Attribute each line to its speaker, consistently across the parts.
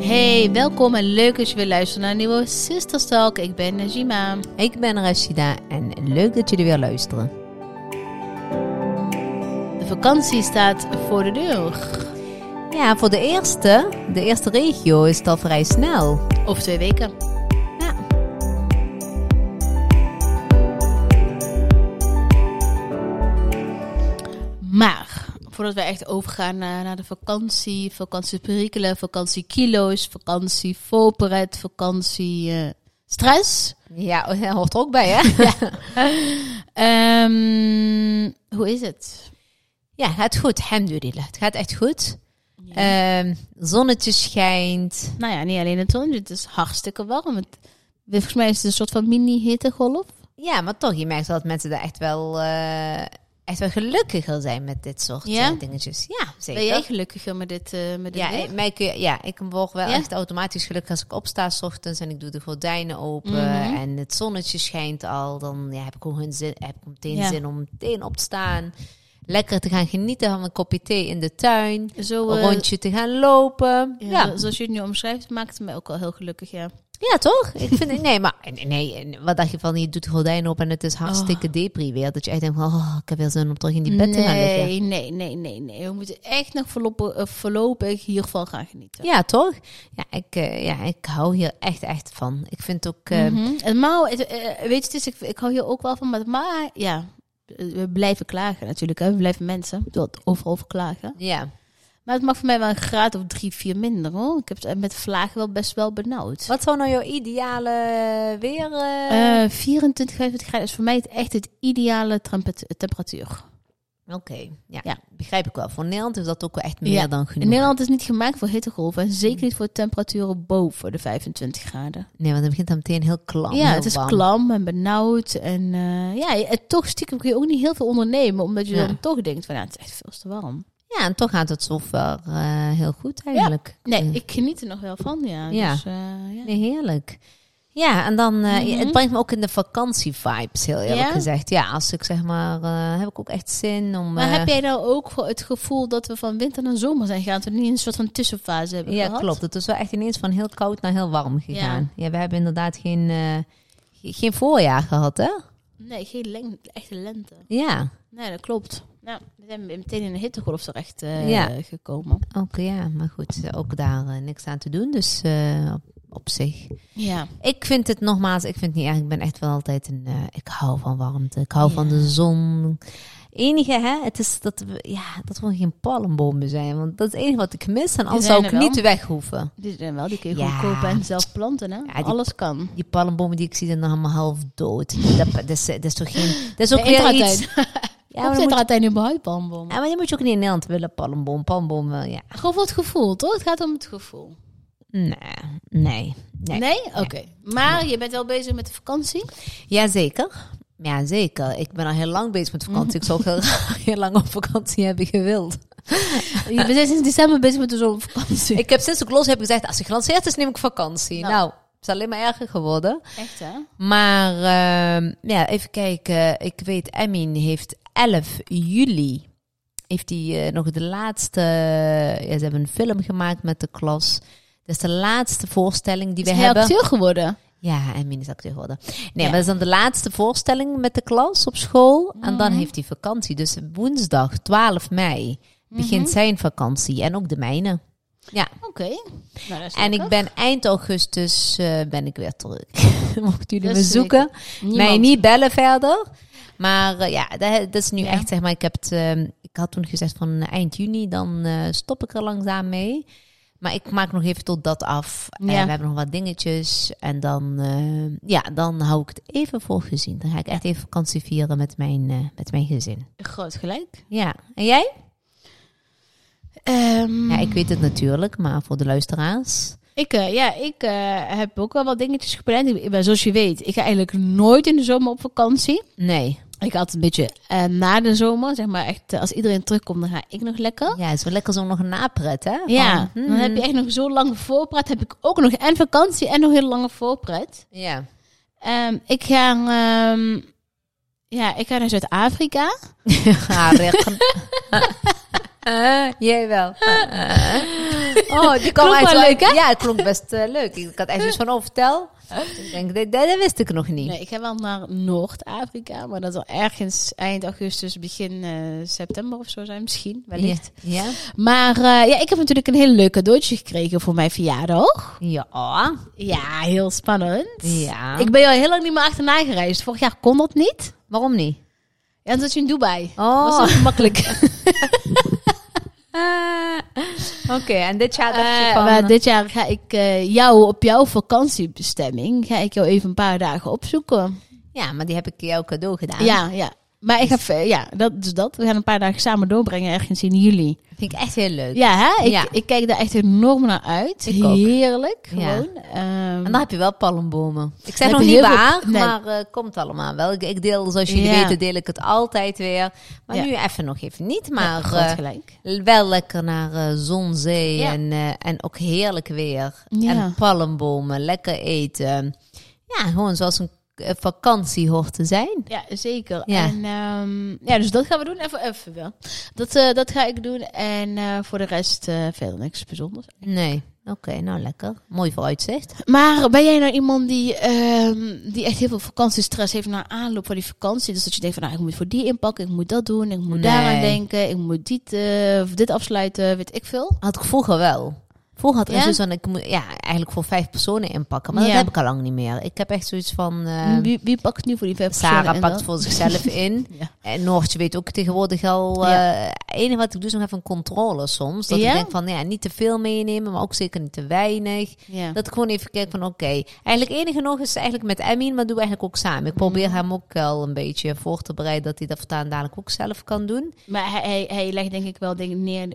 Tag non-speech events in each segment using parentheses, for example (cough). Speaker 1: Hey, welkom en leuk dat je weer luistert naar een nieuwe Sisters Talk. Ik ben Najima.
Speaker 2: Ik ben Rashida en leuk dat jullie weer luisteren.
Speaker 1: De vakantie staat voor de deur.
Speaker 2: Ja, voor de eerste, de eerste regio is het al vrij snel.
Speaker 1: Over twee weken.
Speaker 2: Ja.
Speaker 1: Maar, voordat we echt overgaan naar, naar de vakantie, vakantieperikelen, vakantiekilo's, vakantie voorpret, vakantie eh, stress.
Speaker 2: Ja, dat hoort er ook bij,
Speaker 1: (laughs)
Speaker 2: hè?
Speaker 1: Ehm, hoe is het?
Speaker 2: ja, het gaat goed, alhamdulillah. Het gaat echt goed. Ehm, zonnetje schijnt.
Speaker 1: Nou ja, niet alleen het zonnetje, het is hartstikke warm. Het, volgens mij is het een soort van mini-hittegolf.
Speaker 2: Ja, maar toch, je merkt wel dat mensen daar echt wel, eh, echt wel gelukkiger zijn met dit soort
Speaker 1: Ja?
Speaker 2: eh, dingetjes. Ja, zeker.
Speaker 1: Ben jij gelukkiger met dit, eh met dit
Speaker 2: Ja,
Speaker 1: weer?
Speaker 2: ik, mij kun je- ja, ik word wel
Speaker 1: Ja?
Speaker 2: echt automatisch gelukkig als ik opsta 's ochtends en ik doe de gordijnen open
Speaker 1: Mhm.
Speaker 2: en het zonnetje schijnt al. Dan ja, heb ik gewoon zin, heb ik meteen
Speaker 1: Ja.
Speaker 2: zin om meteen op te staan. Lekker te gaan genieten van een kopje thee in de tuin.
Speaker 1: Zo,
Speaker 2: Een
Speaker 1: eh,
Speaker 2: rondje te gaan lopen.
Speaker 1: ja,
Speaker 2: Ja, ja.
Speaker 1: zo- Zoals je het nu omschrijft, maakt het mij ook wel heel gelukkig, ja.
Speaker 2: toch? Ik vind, nee, maar nee, nee, wat dacht je van, je doet de gordijnen open en het is
Speaker 1: Oh.
Speaker 2: hartstikke depri weer. Dat je echt denkt, van, oh, ik heb weer zin om terug in die bed te gaan liggen.
Speaker 1: nee, nee, nee, nee, nee. We moeten echt nog voorlopig, eh, voorlopig hiervan gaan genieten.
Speaker 2: Ja, toch? Ja ik, eh, ja, ik hou hier echt, echt van. Ik vind ook... eh,
Speaker 1: Mhm. En maar, het, eh, weet je, het is, ik, ik hou hier ook wel van, maar, maar ja, eh, we blijven klagen natuurlijk. Hè. We blijven mensen, dat overal over klagen.
Speaker 2: ja.
Speaker 1: Maar het mag voor mij wel een graad of drie, vier minder hoor. Ik heb het eh, met vlagen wel best wel benauwd.
Speaker 2: Wat zou nou jouw ideale eh, weer... eh,
Speaker 1: Eh 24, 25 graden is voor mij het echt het ideale temperat- temperatuur.
Speaker 2: Oké, ja,
Speaker 1: ja.
Speaker 2: Begrijp ik wel. Voor Nederland is dat ook wel echt meer
Speaker 1: Ja.
Speaker 2: dan genoeg.
Speaker 1: In Nederland is niet gemaakt voor hittegolven en zeker niet voor temperaturen boven de 25 graden.
Speaker 2: Nee, want dan begint dan meteen heel klam.
Speaker 1: ja,
Speaker 2: heel
Speaker 1: het is
Speaker 2: warm.
Speaker 1: klam en benauwd en eh, ja, en toch stiekem kun je ook niet heel veel ondernemen, omdat je
Speaker 2: Ja.
Speaker 1: dan toch denkt van, ja, het is echt veel te warm.
Speaker 2: Ja, en toch gaat het software eh heel goed eigenlijk.
Speaker 1: Nee,
Speaker 2: Eh,
Speaker 1: ik geniet er nog wel van, ja.
Speaker 2: Ja.
Speaker 1: Dus, eh, ja.
Speaker 2: nee, heerlijk. Ja, en dan... eh,
Speaker 1: Mhm.
Speaker 2: Het brengt me ook in de vakantie-vibes, heel eerlijk
Speaker 1: Ja?
Speaker 2: gezegd. Ja, als ik zeg maar... eh, heb ik ook echt zin om...
Speaker 1: Maar
Speaker 2: eh,
Speaker 1: heb jij nou ook voor het gevoel dat we van winter naar zomer zijn gegaan, dat we niet een soort van tussenfase hebben
Speaker 2: Ja,
Speaker 1: gehad?
Speaker 2: klopt. Het is wel echt ineens van heel koud naar heel warm gegaan. Ja, we hebben inderdaad geen, eh, ge- geen voorjaar gehad, hè?
Speaker 1: Nee, geen leng- echte lente.
Speaker 2: Ja.
Speaker 1: Nee, dat klopt. Nou, we zijn meteen in de hittegolf terecht eh,
Speaker 2: Ja.
Speaker 1: gekomen.
Speaker 2: Ook ja, maar goed, ook daar eh, niks aan te doen, dus eh, op, op zich.
Speaker 1: Ja.
Speaker 2: Ik vind het nogmaals, ik vind het niet erg. Ik ben echt wel altijd een. eh, ik hou van warmte, ik hou
Speaker 1: Ja.
Speaker 2: van de zon. Enige, hè, het is dat we, ja, dat we geen palmbomen zijn, want dat is het enige wat ik mis. En anders
Speaker 1: zijn
Speaker 2: zou ik
Speaker 1: er wel.
Speaker 2: niet weg hoeven.
Speaker 1: Die zijn wel, die kun je
Speaker 2: Ja.
Speaker 1: goed kopen en zelf planten, hè?
Speaker 2: die-
Speaker 1: Alles kan.
Speaker 2: Die palmbomen die ik zie, zijn nog allemaal half dood. Dat, dat, is, dat is toch geen. Dat is ook weer iets. (laughs) Ja, maar
Speaker 1: Hoe
Speaker 2: dan moet
Speaker 1: zit
Speaker 2: je-
Speaker 1: er uiteindelijk überhaupt palmboom?
Speaker 2: Ja, maar die moet je ook niet in Nederland willen, palmboom. Palmboom, eh, ja.
Speaker 1: Gewoon voor het gevoel, toch? Het gaat om het gevoel.
Speaker 2: Nee, nee, nee.
Speaker 1: Nee? Oké. Maar je bent wel bezig met de (laughs) vakantie?
Speaker 2: Jazeker. Ja, zeker. Ik ben al heel lang bezig met vakantie. Ik zou ook heel, (laughs) graag heel lang op vakantie hebben gewild.
Speaker 1: je bent sinds december bezig met de zomervakantie.
Speaker 2: Ik heb sinds ik los heb gezegd, als het gelanceerd is, neem ik vakantie.
Speaker 1: Nou.
Speaker 2: Nou, het is alleen maar erger geworden.
Speaker 1: Echt, hè?
Speaker 2: Maar ehm, ja, even kijken. Ik weet, Emin heeft 11 juli. Heeft hij eh, nog de laatste. eh, Ja, ze hebben een film gemaakt met de klas. Dat is de laatste voorstelling die
Speaker 1: Is
Speaker 2: we
Speaker 1: hij
Speaker 2: hebben.
Speaker 1: acteur geworden?
Speaker 2: Ja, en is acteur geworden. Nee,
Speaker 1: Ja.
Speaker 2: maar dat is dan de laatste voorstelling met de klas op school. En dan
Speaker 1: Mhm.
Speaker 2: heeft hij vakantie. Dus woensdag 12 mei begint
Speaker 1: Mhm.
Speaker 2: zijn vakantie. En ook de mijne. Ja,
Speaker 1: Oké. Nou, dat is
Speaker 2: en
Speaker 1: lekker.
Speaker 2: ik ben eind augustus eh, ben ik weer terug. (laughs) Mochten jullie
Speaker 1: Dat
Speaker 2: me
Speaker 1: is
Speaker 2: zoeken. Mij
Speaker 1: Niemand.
Speaker 2: niet bellen verder. Maar eh, ja, dat, dat is nu
Speaker 1: Ja.
Speaker 2: echt, zeg maar, ik, heb het, ehm, ik had toen gezegd van eh, eind juni, dan eh, stop ik er langzaam mee. Maar ik maak nog even tot dat af. En
Speaker 1: Ja.
Speaker 2: we hebben nog wat dingetjes. En dan, eh, ja, dan hou ik het even voor gezien. Dan ga ik echt even vakantie vieren met mijn, eh, met mijn gezin.
Speaker 1: Groot gelijk.
Speaker 2: Ja, en jij?
Speaker 1: Ehm,
Speaker 2: Ja, ik weet het natuurlijk, maar voor de luisteraars.
Speaker 1: Ik, eh, ja, ik eh, heb ook wel wat dingetjes gepland. Ik, ben- zoals je weet, ik ga eigenlijk nooit in de zomer op vakantie.
Speaker 2: Nee.
Speaker 1: Ik had een beetje eh, na de zomer, zeg maar echt, eh, als iedereen terugkomt, dan ga ik nog lekker.
Speaker 2: Ja, het is wel lekker zo nog een napret, hè?
Speaker 1: Ja,
Speaker 2: Van,
Speaker 1: dan
Speaker 2: hmm.
Speaker 1: heb je echt nog zo'n lange voorpret. Heb ik ook nog en vakantie en nog heel lange voorpret.
Speaker 2: Ja.
Speaker 1: Ehm, ik ga, ehm, ja, ik ga naar Zuid-Afrika. (laughs)
Speaker 2: Ga weg. Eh, Jij wel. Oh, die kwam
Speaker 1: Klonk
Speaker 2: echt
Speaker 1: wel leuk, hè?
Speaker 2: Ja, het klonk best eh, leuk. Ik had echt zoiets van, oh, vertel. Ik denk, dat, dat- dat wist ik nog niet.
Speaker 1: Nee, ik ga wel naar Noord-Afrika, maar dat zal ergens eind augustus, begin eh, september of zo zijn misschien, wellicht.
Speaker 2: Ja.
Speaker 1: Maar eh, ja, ik heb natuurlijk een heel leuk cadeautje gekregen voor mijn verjaardag.
Speaker 2: Ja.
Speaker 1: Ja, heel spannend.
Speaker 2: Ja.
Speaker 1: Ik ben al heel lang niet meer achterna gereisd. Vorig jaar kon dat niet.
Speaker 2: Waarom niet?
Speaker 1: Ja, toen zat je in Dubai.
Speaker 2: Oh.
Speaker 1: Dat was niet (laughs) makkelijk.
Speaker 2: Eh, Oké, en dit jaar dacht je
Speaker 1: Eh,
Speaker 2: van...
Speaker 1: maar dit jaar ga ik eh, jou op jouw vakantiebestemming, ga ik jou even een paar dagen opzoeken.
Speaker 2: Ja, maar die heb ik jou cadeau gedaan.
Speaker 1: Ja, ja. Maar ik ga, ver- ja, dat, dus dat. We gaan een paar dagen samen doorbrengen ergens in juli.
Speaker 2: Vind ik echt heel leuk.
Speaker 1: Ja, hè? Ik,
Speaker 2: Ja.
Speaker 1: ik kijk daar echt enorm naar uit.
Speaker 2: Ik ook.
Speaker 1: Heerlijk,
Speaker 2: Ja.
Speaker 1: gewoon. Ehm,
Speaker 2: En dan heb je wel palmbomen. Ik
Speaker 1: Dan
Speaker 2: zeg
Speaker 1: heb
Speaker 2: nog
Speaker 1: je
Speaker 2: niet
Speaker 1: heel veel-
Speaker 2: waar,
Speaker 1: Nee.
Speaker 2: maar eh, komt allemaal wel. Ik, ik deel, zoals jullie
Speaker 1: Ja.
Speaker 2: weten, deel ik het altijd weer. Maar
Speaker 1: Ja.
Speaker 2: nu even nog even niet,
Speaker 1: ja,
Speaker 2: maar...
Speaker 1: groot
Speaker 2: eh,
Speaker 1: gelijk.
Speaker 2: Wel lekker naar eh, zon, zee
Speaker 1: Ja.
Speaker 2: en, eh, en ook heerlijk weer.
Speaker 1: Ja.
Speaker 2: En palmbomen, lekker eten. Ja, gewoon zoals een eh, vakantie hoort te zijn.
Speaker 1: Ja, zeker.
Speaker 2: Ja.
Speaker 1: En, ehm, ja, dus dat gaan we doen. Even, even wel. Dat, eh, dat ga ik doen. En eh, voor de rest eh, verder niks bijzonders.
Speaker 2: Nee, oké, nou lekker. Mooi vooruitzicht.
Speaker 1: Maar ben jij nou iemand die, ehm, die echt heel veel vakantiestress heeft na aanloop van die vakantie? Dus dat je denkt van, nou, ik moet voor die inpakken, ik moet dat doen, ik moet
Speaker 2: Nee.
Speaker 1: daaraan denken, ik moet dit, eh, of dit afsluiten, weet ik veel.
Speaker 2: Had ik vroeger wel. Vroeger had ik
Speaker 1: Ja?
Speaker 2: zoiets van, ik moet ja, eigenlijk voor vijf personen inpakken. Maar
Speaker 1: Ja.
Speaker 2: dat heb ik al lang niet meer. Ik heb echt zoiets van... eh,
Speaker 1: wie, wie pakt het nu voor die vijf
Speaker 2: Sarah
Speaker 1: personen in
Speaker 2: pakt
Speaker 1: dan?
Speaker 2: voor
Speaker 1: (laughs)
Speaker 2: zichzelf in.
Speaker 1: Ja.
Speaker 2: En Noortje weet ook tegenwoordig al... eh het enige wat ik doe is nog even een controle soms. Dat
Speaker 1: Ja?
Speaker 2: ik denk van, nou ja, niet te veel meenemen, maar ook zeker niet te weinig.
Speaker 1: Ja.
Speaker 2: Dat ik gewoon even kijk van, oké. Eigenlijk enige nog is eigenlijk met Emin, maar doen we eigenlijk ook samen. Ik probeer
Speaker 1: Mm.
Speaker 2: hem ook wel een beetje voor te bereiden dat hij dat voortaan dadelijk ook zelf kan doen.
Speaker 1: Maar hij, hij, hij legt denk ik wel dingen neer,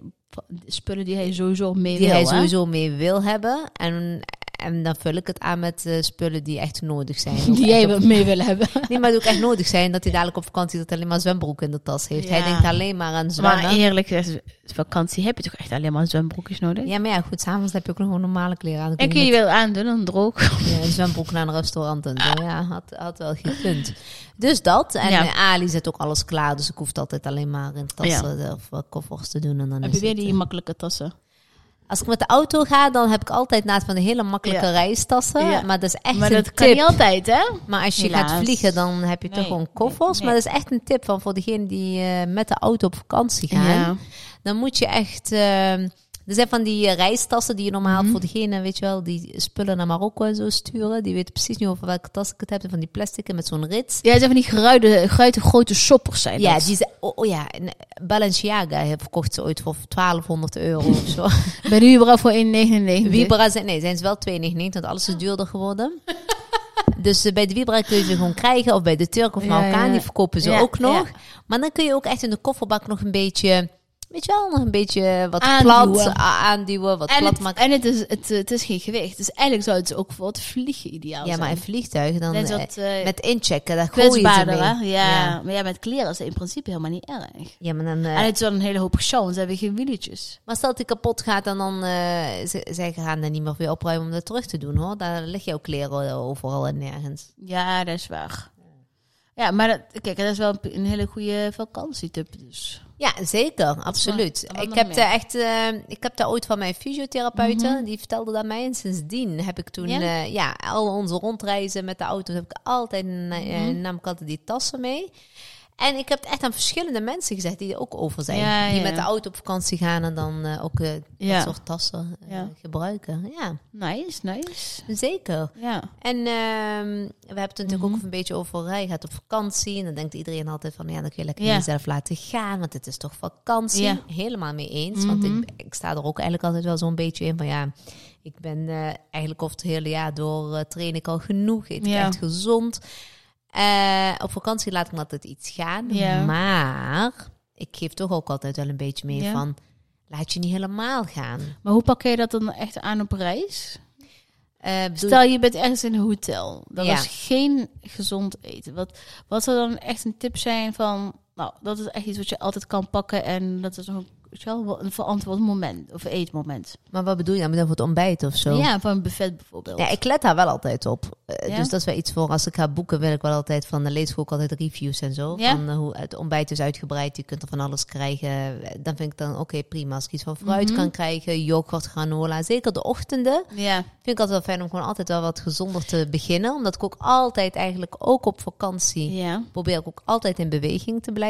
Speaker 1: spullen die hij sowieso mee
Speaker 2: Die
Speaker 1: wil.
Speaker 2: hij
Speaker 1: hè?
Speaker 2: sowieso mee wil hebben. En, en dan vul ik het aan met eh, spullen die echt
Speaker 1: (laughs)
Speaker 2: nodig zijn. Ook
Speaker 1: (laughs) Die
Speaker 2: echt
Speaker 1: jij
Speaker 2: op-
Speaker 1: wil- mee wil hebben.
Speaker 2: Nee, maar die ook echt nodig zijn. Dat hij dadelijk op vakantie dat alleen maar zwembroek in de tas heeft.
Speaker 1: Ja.
Speaker 2: Hij denkt alleen maar
Speaker 1: (laughs)
Speaker 2: aan zwemmen.
Speaker 1: (laughs) Maar eerlijk gezegd, vakantie heb je toch echt alleen maar zwembroekjes nodig?
Speaker 2: Ja, maar ja, goed, s'avonds heb je ook nog gewoon normale kleren aan. Dan
Speaker 1: En
Speaker 2: kun
Speaker 1: kun
Speaker 2: je
Speaker 1: je wel aandoen, dan droog.
Speaker 2: met, eh, een zwembroek naar een restaurant en zo. Ja, had, had wel gekund. Dus dat. En
Speaker 1: Ja.
Speaker 2: eh, Ali zet ook alles klaar, dus ik hoef het altijd alleen maar in tassen of eh, koffers te doen. En
Speaker 1: (laughs)
Speaker 2: dan
Speaker 1: Heb
Speaker 2: is
Speaker 1: je weer
Speaker 2: het,
Speaker 1: die
Speaker 2: eh.
Speaker 1: makkelijke tassen?
Speaker 2: Als ik met de auto ga, dan heb ik altijd naast van de hele makkelijke
Speaker 1: Ja.
Speaker 2: reistassen.
Speaker 1: Ja.
Speaker 2: Maar dat is echt
Speaker 1: Maar
Speaker 2: een
Speaker 1: dat
Speaker 2: tip.
Speaker 1: kan niet altijd, hè?
Speaker 2: Maar als je gaat
Speaker 1: Helaas.
Speaker 2: vliegen, dan heb je
Speaker 1: Nee,
Speaker 2: toch gewoon
Speaker 1: nee,
Speaker 2: koffers.
Speaker 1: nee.
Speaker 2: Maar dat is echt een tip van voor degenen die eh, met de auto op vakantie gaan.
Speaker 1: Ja.
Speaker 2: Dan moet je echt... ehm, er zijn van die eh, reistassen die je normaal
Speaker 1: Mhm.
Speaker 2: haalt voor degene, weet je wel, die spullen naar Marokko en zo sturen. Die weten precies niet over welke tas ik het heb. Van die plastic en met zo'n rits.
Speaker 1: Ja, het zijn van die geruide, geruide grote shoppers zijn
Speaker 2: Ja,
Speaker 1: dat.
Speaker 2: die ze- oh, oh ja, en Balenciaga heeft- verkocht ze ooit voor 1200 euro of
Speaker 1: (laughs)
Speaker 2: zo.
Speaker 1: Bij de Hubra voor 1,99.
Speaker 2: Vibra zijn, nee, zijn ze wel 2,99, want alles is duurder
Speaker 1: (laughs)
Speaker 2: geworden. Dus eh, bij de Vibra kun je ze gewoon krijgen. Of bij de Turk of
Speaker 1: Ja,
Speaker 2: Marokkaan,
Speaker 1: ja.
Speaker 2: die verkopen ze
Speaker 1: Ja,
Speaker 2: ook nog.
Speaker 1: ja.
Speaker 2: Maar dan kun je ook echt in de kofferbak nog een beetje... Weet je wel, nog een beetje wat
Speaker 1: Aanduwen.
Speaker 2: plat a- aanduwen, wat
Speaker 1: en
Speaker 2: plat
Speaker 1: het,
Speaker 2: maken.
Speaker 1: en het, is, het, het is geen gewicht. Dus eigenlijk zou het ook voor het vliegen ideaal
Speaker 2: Ja,
Speaker 1: zijn.
Speaker 2: maar in vliegtuigen dan...
Speaker 1: Net
Speaker 2: eh,
Speaker 1: wat, eh,
Speaker 2: met inchecken, daar gooi je ze
Speaker 1: kwetsbaarder,
Speaker 2: mee.
Speaker 1: hè? Ja.
Speaker 2: ja.
Speaker 1: Maar ja, met kleren is het in principe helemaal niet erg.
Speaker 2: Ja, maar dan... eh,
Speaker 1: En het is wel een hele hoop show, want ze hebben geen wieletjes.
Speaker 2: maar stel dat die kapot gaat en dan... eh, ze, zij gaan daar niet meer weer opruimen om dat terug te doen, hoor. Daar liggen jouw kleren overal en nergens.
Speaker 1: Ja, dat is waar. Ja, maar dat, kijk, dat is wel een, een hele goede vakantietip dus.
Speaker 2: Ja, zeker, absoluut.
Speaker 1: En wat
Speaker 2: Ik
Speaker 1: nog
Speaker 2: heb,
Speaker 1: meer?
Speaker 2: daar echt, eh, ik heb daar ooit van mijn fysiotherapeuten, die vertelde dat mij. En sindsdien heb ik toen
Speaker 1: Mhm. Ja?
Speaker 2: ja? ja, al onze rondreizen met de auto, heb ik altijd, eh,
Speaker 1: Mhm.
Speaker 2: nam ik altijd die tassen mee. En ik heb het echt aan verschillende mensen gezegd die er ook over zijn.
Speaker 1: Ja, ja,
Speaker 2: die
Speaker 1: ja.
Speaker 2: met de auto op vakantie gaan en dan eh, ook eh,
Speaker 1: Ja.
Speaker 2: dat soort tassen eh,
Speaker 1: Ja.
Speaker 2: gebruiken. Ja,
Speaker 1: Nice, nice.
Speaker 2: zeker.
Speaker 1: Ja.
Speaker 2: En ehm, we hebben het natuurlijk
Speaker 1: Mhm.
Speaker 2: ook een beetje over, hè, je gaat op vakantie. En dan denkt iedereen altijd van, ja, dan kun je lekker
Speaker 1: Ja.
Speaker 2: jezelf laten gaan. Want het is toch vakantie.
Speaker 1: Ja. Mhm.
Speaker 2: Helemaal mee eens. Want ik, ik sta er ook eigenlijk altijd wel zo'n beetje in van, ja, ik ben eh, eigenlijk over het hele jaar door eh, train ik al genoeg. Eet
Speaker 1: Ja.
Speaker 2: ik echt gezond. Eh, op vakantie laat ik me altijd iets gaan.
Speaker 1: Ja.
Speaker 2: Maar ik geef toch ook altijd wel een beetje mee
Speaker 1: Ja.
Speaker 2: van, laat je niet helemaal gaan.
Speaker 1: Maar hoe pak je dat dan echt aan op reis?
Speaker 2: Eh, bedoel-
Speaker 1: Dus Stel je bent ergens in een hotel. Dat
Speaker 2: Ja.
Speaker 1: is geen gezond eten. Wat, wat zou dan echt een tip zijn van... Nou, dat is echt iets wat je altijd kan pakken. En dat is nog een, weet je wel, wel een verantwoord moment of eetmoment.
Speaker 2: Maar wat bedoel je dan? Voor het ontbijt of zo?
Speaker 1: Ja, van een buffet bijvoorbeeld.
Speaker 2: Ja, ik let daar wel altijd op. Eh,
Speaker 1: Ja?
Speaker 2: Dus dat is wel iets voor als ik ga boeken, wil ik wel altijd van de lees ik ook altijd reviews en zo.
Speaker 1: Ja?
Speaker 2: Van eh, hoe het ontbijt is uitgebreid, je kunt er van alles krijgen. Eh, Dan vind ik dan oké, prima. Als ik iets van fruit
Speaker 1: Mhm.
Speaker 2: kan krijgen, yoghurt, granola. Zeker de ochtenden
Speaker 1: ja.
Speaker 2: vind ik altijd wel fijn om gewoon altijd wel wat gezonder te beginnen. Omdat ik ook altijd eigenlijk, ook op vakantie,
Speaker 1: ja.
Speaker 2: probeer ik ook altijd in beweging te blijven.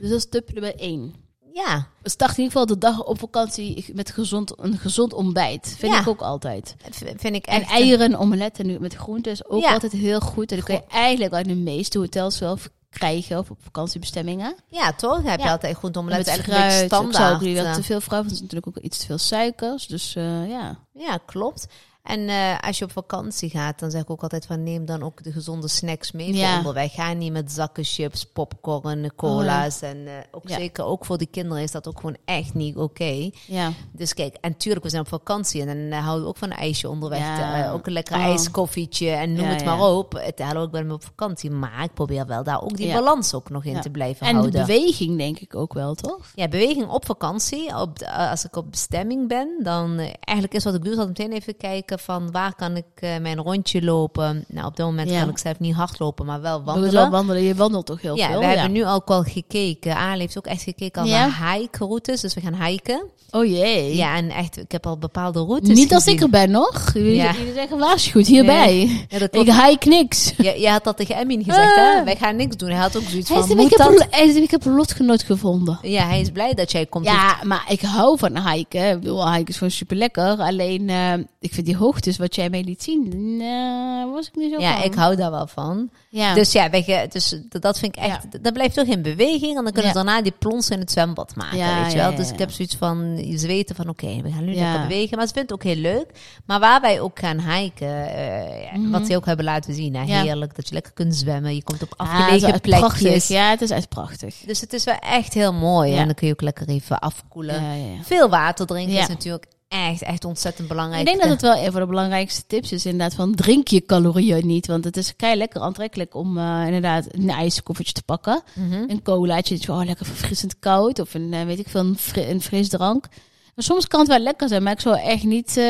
Speaker 1: Dus dat is tip nummer één.
Speaker 2: Ja,
Speaker 1: Start in ieder geval de dag op vakantie met gezond, een gezond ontbijt. Vind
Speaker 2: Ja.
Speaker 1: ik ook altijd.
Speaker 2: v- vind ik
Speaker 1: En
Speaker 2: echt...
Speaker 1: eieren, omeletten nu met groenten is ook
Speaker 2: Ja.
Speaker 1: altijd heel goed. En dat kun je eigenlijk uit de meeste hotels zelf krijgen of op vakantiebestemmingen.
Speaker 2: Ja, toch? Dan heb je
Speaker 1: Ja.
Speaker 2: altijd goed om
Speaker 1: Met
Speaker 2: eigenlijk een beetje
Speaker 1: fruit. Ik zou ook
Speaker 2: standaard.
Speaker 1: nu wel
Speaker 2: eh,
Speaker 1: te veel fruit, want er is natuurlijk ook iets te veel suikers. Dus eh, ja.
Speaker 2: Ja, klopt. En eh, als je op vakantie gaat, dan zeg ik ook altijd van neem dan ook de gezonde snacks mee
Speaker 1: Ja.
Speaker 2: voor onderweg. Ga niet met zakken chips, popcorn, cola's. En eh, ook
Speaker 1: Oh. Ja.
Speaker 2: zeker ook voor de kinderen is dat ook gewoon echt niet oké.
Speaker 1: ja.
Speaker 2: Dus kijk, en tuurlijk, we zijn op vakantie en dan eh, houden we ook van een ijsje onderweg.
Speaker 1: Ja.
Speaker 2: Eh, ook een lekker
Speaker 1: Oh.
Speaker 2: ijskoffietje en noem
Speaker 1: Ja,
Speaker 2: het
Speaker 1: ja.
Speaker 2: maar op. Het helpt ook bij me op vakantie, maar ik probeer wel daar ook die
Speaker 1: Ja.
Speaker 2: balans ook nog in
Speaker 1: Ja.
Speaker 2: te blijven
Speaker 1: En de
Speaker 2: houden.
Speaker 1: beweging denk ik ook wel, toch?
Speaker 2: Ja, beweging op vakantie. Op, de- eh, als ik op bestemming ben, dan eh, eigenlijk is wat ik doe, is altijd meteen even kijken van waar kan ik eh, mijn rondje lopen. Nou, op dat moment
Speaker 1: Ja.
Speaker 2: kan ik zelf niet hardlopen, maar wel
Speaker 1: Ik bedoel,
Speaker 2: wandelen.
Speaker 1: wandelen. Je wandelt toch heel
Speaker 2: ja,
Speaker 1: veel?
Speaker 2: we hebben nu ook wel gekeken. Aal heeft ook echt gekeken al
Speaker 1: Ja.
Speaker 2: naar hike-routes, dus we gaan hiken.
Speaker 1: Oh jee.
Speaker 2: Ja, en echt, ik heb al bepaalde routes
Speaker 1: Niet als ik
Speaker 2: gezien.
Speaker 1: er ben nog. Jullie,
Speaker 2: Ja.
Speaker 1: jullie zijn gewaarschuwd hierbij.
Speaker 2: Ja, dat
Speaker 1: Ik
Speaker 2: klopt.
Speaker 1: hike niks.
Speaker 2: Je, je had dat tegen Emmin gezegd,
Speaker 1: Ah.
Speaker 2: hè? Wij gaan niks doen. Hij had ook zoiets
Speaker 1: Hij
Speaker 2: van,
Speaker 1: zei,
Speaker 2: moet
Speaker 1: ik, heb
Speaker 2: dat?
Speaker 1: een, hij zei, ik heb een lotgenoot gevonden.
Speaker 2: Ja, hij is blij dat jij komt.
Speaker 1: Ja, maar ik hou van hiken. Ik bedoel, hiken is gewoon super lekker. Alleen, eh, ik vind die hoogtes wat jij mij liet zien, nou, was ik niet zo
Speaker 2: ja
Speaker 1: van.
Speaker 2: ik hou daar wel van.
Speaker 1: Ja.
Speaker 2: Dus ja, wij ge- dus d- dat vind ik echt.
Speaker 1: Ja.
Speaker 2: d- Dat blijft toch in beweging. En dan kunnen
Speaker 1: Ja.
Speaker 2: we daarna die plons in het zwembad maken.
Speaker 1: Ja,
Speaker 2: weet je
Speaker 1: ja,
Speaker 2: wel?
Speaker 1: ja,
Speaker 2: dus
Speaker 1: ja.
Speaker 2: ik heb zoiets van. Ze weten van oké, we gaan nu
Speaker 1: Ja.
Speaker 2: lekker bewegen. Maar ze vindt het ook heel leuk. Maar waar wij ook gaan hiken. eh, ja,
Speaker 1: Mhm.
Speaker 2: Wat ze ook hebben laten zien. Hè,
Speaker 1: Ja.
Speaker 2: Heerlijk dat je lekker kunt zwemmen. Je komt op
Speaker 1: Ah, zo
Speaker 2: afgelegen
Speaker 1: echt prachtig.
Speaker 2: plekjes.
Speaker 1: Ja, het is echt prachtig.
Speaker 2: Dus het is wel echt heel mooi.
Speaker 1: Ja.
Speaker 2: En dan kun je ook lekker even afkoelen.
Speaker 1: Ja, ja, ja.
Speaker 2: Veel water drinken
Speaker 1: Ja.
Speaker 2: is natuurlijk echt, echt ontzettend belangrijk.
Speaker 1: Ik denk dat het wel een van de belangrijkste tips is inderdaad van drink je calorieën niet. Want het is kei lekker aantrekkelijk om eh, inderdaad een ijskoffertje te pakken.
Speaker 2: Mhm.
Speaker 1: Een colaatje, iets van, oh, lekker verfrissend koud. Of een, eh, weet ik veel, een, fri- een frisdrank. Maar soms kan het wel lekker zijn, maar ik zou echt niet eh,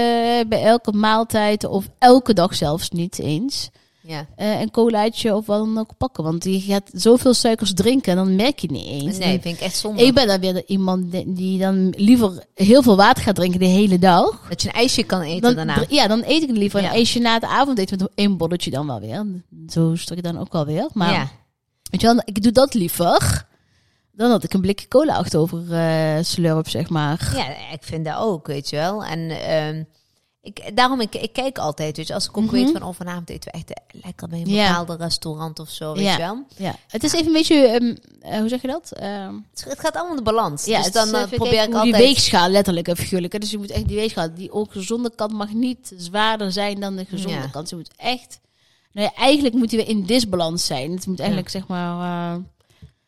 Speaker 1: bij elke maaltijd of elke dag zelfs niet eens
Speaker 2: Ja.
Speaker 1: eh, een colaatje of wat dan ook pakken. Want je gaat zoveel suikers drinken en dan merk je niet eens.
Speaker 2: Nee, Dus vind ik echt zonde.
Speaker 1: Ik ben dan weer iemand die- die dan liever heel veel water gaat drinken de hele dag.
Speaker 2: Dat je een ijsje kan eten
Speaker 1: Dan,
Speaker 2: daarna.
Speaker 1: dr- Ja, dan eet ik liever
Speaker 2: Ja.
Speaker 1: een ijsje na het avondeten met één bolletje dan wel weer. Zo stuk ik dan ook alweer. Maar
Speaker 2: ja.
Speaker 1: weet je wel, ik doe dat liever dan dat ik een blikje cola achterover eh slurp, zeg maar.
Speaker 2: Ja, ik vind dat ook, weet je wel. En ehm, ik, daarom, ik, ik kijk altijd, weet je, als ik ook
Speaker 1: Mhm.
Speaker 2: weet van, oh, vanavond eten we echt eh, lekker bij een
Speaker 1: Ja.
Speaker 2: bepaalde restaurant of zo, weet
Speaker 1: Ja.
Speaker 2: je wel.
Speaker 1: Ja. Het is even een beetje, ehm, eh, hoe zeg je dat? Ehm,
Speaker 2: Het, Dus het gaat allemaal om de balans.
Speaker 1: ja,
Speaker 2: dus
Speaker 1: het
Speaker 2: dan
Speaker 1: is
Speaker 2: eh,
Speaker 1: even
Speaker 2: probeer
Speaker 1: kijken
Speaker 2: ik
Speaker 1: hoe
Speaker 2: altijd...
Speaker 1: Die weegschaal, letterlijk en figuurlijk. hè. Dus je moet echt die weegschaal, die ongezonde kant mag niet zwaarder zijn dan de gezonde
Speaker 2: Ja.
Speaker 1: kant. Ze moet echt, nou ja, eigenlijk moet die weer in disbalans zijn. Het moet eigenlijk, zeg maar, eh,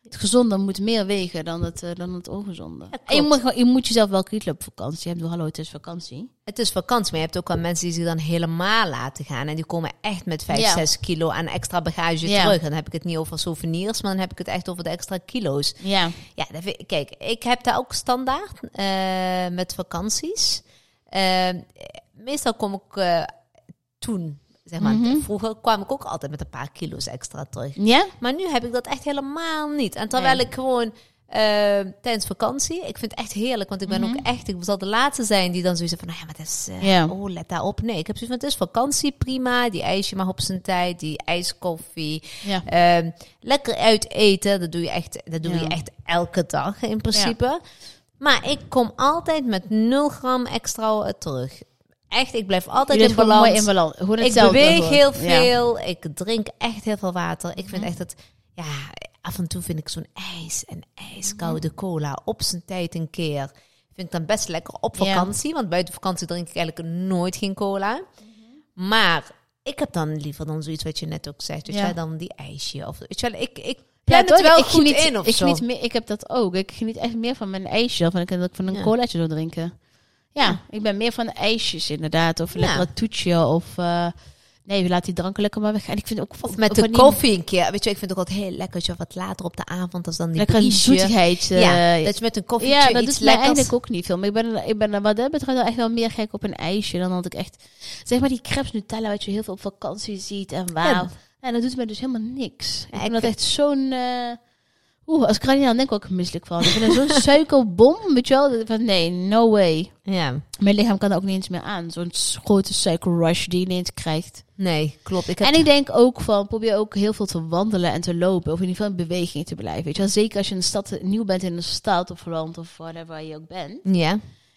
Speaker 1: het gezonde moet meer wegen dan het, eh, dan het ongezonde. en je
Speaker 2: klopt.
Speaker 1: moet, gewoon- je moet jezelf wel kietelen op vakantie. Je hebt, hallo, het is vakantie.
Speaker 2: Het is vakantie, maar je hebt ook wel mensen die zich dan helemaal laten gaan. En die komen echt met 5,
Speaker 1: Ja.
Speaker 2: 6 kilo aan extra bagage
Speaker 1: Ja.
Speaker 2: terug. En dan heb ik het niet over souvenirs, maar dan heb ik het echt over de extra kilo's.
Speaker 1: Ja.
Speaker 2: Ja, dat vind ik- kijk, ik heb daar ook standaard eh, met vakanties. Eh, meestal kom ik eh, toen, zeg maar,
Speaker 1: Mhm.
Speaker 2: vroeger kwam ik ook altijd met een paar kilo's extra terug.
Speaker 1: Ja?
Speaker 2: Maar nu heb ik dat echt helemaal niet. En terwijl
Speaker 1: Nee.
Speaker 2: ik gewoon eh, tijdens vakantie, ik vind het echt heerlijk, want ik ben ook echt, ik zal de laatste zijn die dan zoiets heeft van, nou ja, maar dat is, eh,
Speaker 1: Mhm. Ja.
Speaker 2: oh, let daar op. Nee, ik heb zoiets van, het is vakantie, prima, die ijsje mag op zijn tijd, die ijskoffie,
Speaker 1: Ja.
Speaker 2: Ehm, lekker uit eten, dat doe je echt, dat doe
Speaker 1: Ja.
Speaker 2: je echt elke dag in principe. Maar ik kom altijd met 0 gram extra eh, terug. Echt, ik blijf altijd
Speaker 1: Je
Speaker 2: in
Speaker 1: bent gewoon
Speaker 2: balans.
Speaker 1: mooi in balans. Gewoon
Speaker 2: ik
Speaker 1: hetzelfde
Speaker 2: beweeg
Speaker 1: gewoon.
Speaker 2: heel
Speaker 1: Ja.
Speaker 2: veel. Ik drink echt heel veel water. Ik vind echt dat, ja, af en toe vind ik zo'n ijs en
Speaker 1: Mhm.
Speaker 2: ijskoude cola op zijn tijd een keer. Vind ik dan best lekker op
Speaker 1: Ja.
Speaker 2: vakantie, want buiten vakantie drink ik eigenlijk nooit geen cola. Maar ik heb dan liever dan zoiets wat je net ook zegt. Weet
Speaker 1: Mhm. Ja.
Speaker 2: je wel, dan die ijsje. Of, weet je wel, ik, ik
Speaker 1: Ja,
Speaker 2: plan
Speaker 1: toch?
Speaker 2: het wel
Speaker 1: ik
Speaker 2: goed
Speaker 1: geniet,
Speaker 2: in of
Speaker 1: ik
Speaker 2: zo.
Speaker 1: Geniet meer, ik heb dat ook. Ik geniet echt meer van mijn ijsje dan van dat ik van een
Speaker 2: Ja.
Speaker 1: colaatje zou drinken. Ja, ik ben meer van de ijsjes inderdaad. Of een
Speaker 2: Ja.
Speaker 1: lekker toetje. Of eh, Nee, we laten die dranken lekker maar weg. En ik vind ook
Speaker 2: Of met
Speaker 1: ook
Speaker 2: de
Speaker 1: van die
Speaker 2: koffie een keer. Weet je, ik vind het ook altijd heel lekker als je wat later op de avond, als dan die
Speaker 1: Lekkere
Speaker 2: briesje.
Speaker 1: zoetigheid. eh,
Speaker 2: ja, dat je met een koffietje
Speaker 1: Ja, dat
Speaker 2: iets
Speaker 1: is mij
Speaker 2: lekkers...
Speaker 1: eigenlijk ook niet veel. Maar ik ben, ik ben er wat dat betreft wel echt wel meer gek op een ijsje. Dan had ik echt, zeg maar die crepes Nutella, wat je heel veel op vakantie ziet. En wauw.
Speaker 2: Ja.
Speaker 1: En dat doet mij dus helemaal niks. ik
Speaker 2: ik
Speaker 1: vind dat
Speaker 2: vind-
Speaker 1: echt zo'n... eh, Oeh, als ik er niet aan denk, word ik er misselijk van. Ik vind dat
Speaker 2: (laughs)
Speaker 1: zo'n suikerbom, weet je wel. Dat ik Van, nee, no way.
Speaker 2: Ja,
Speaker 1: Mijn lichaam kan er ook niet eens meer aan. Zo'n grote suikerrush die je ineens krijgt.
Speaker 2: nee, klopt. Ik heb...
Speaker 1: En ik denk ook van, probeer ook heel veel te wandelen en te lopen. Of in ieder geval in beweging te blijven. Weet je wel. Zeker als je in de stad nieuw bent in een stad of land of whatever waar je ook bent
Speaker 2: Ja.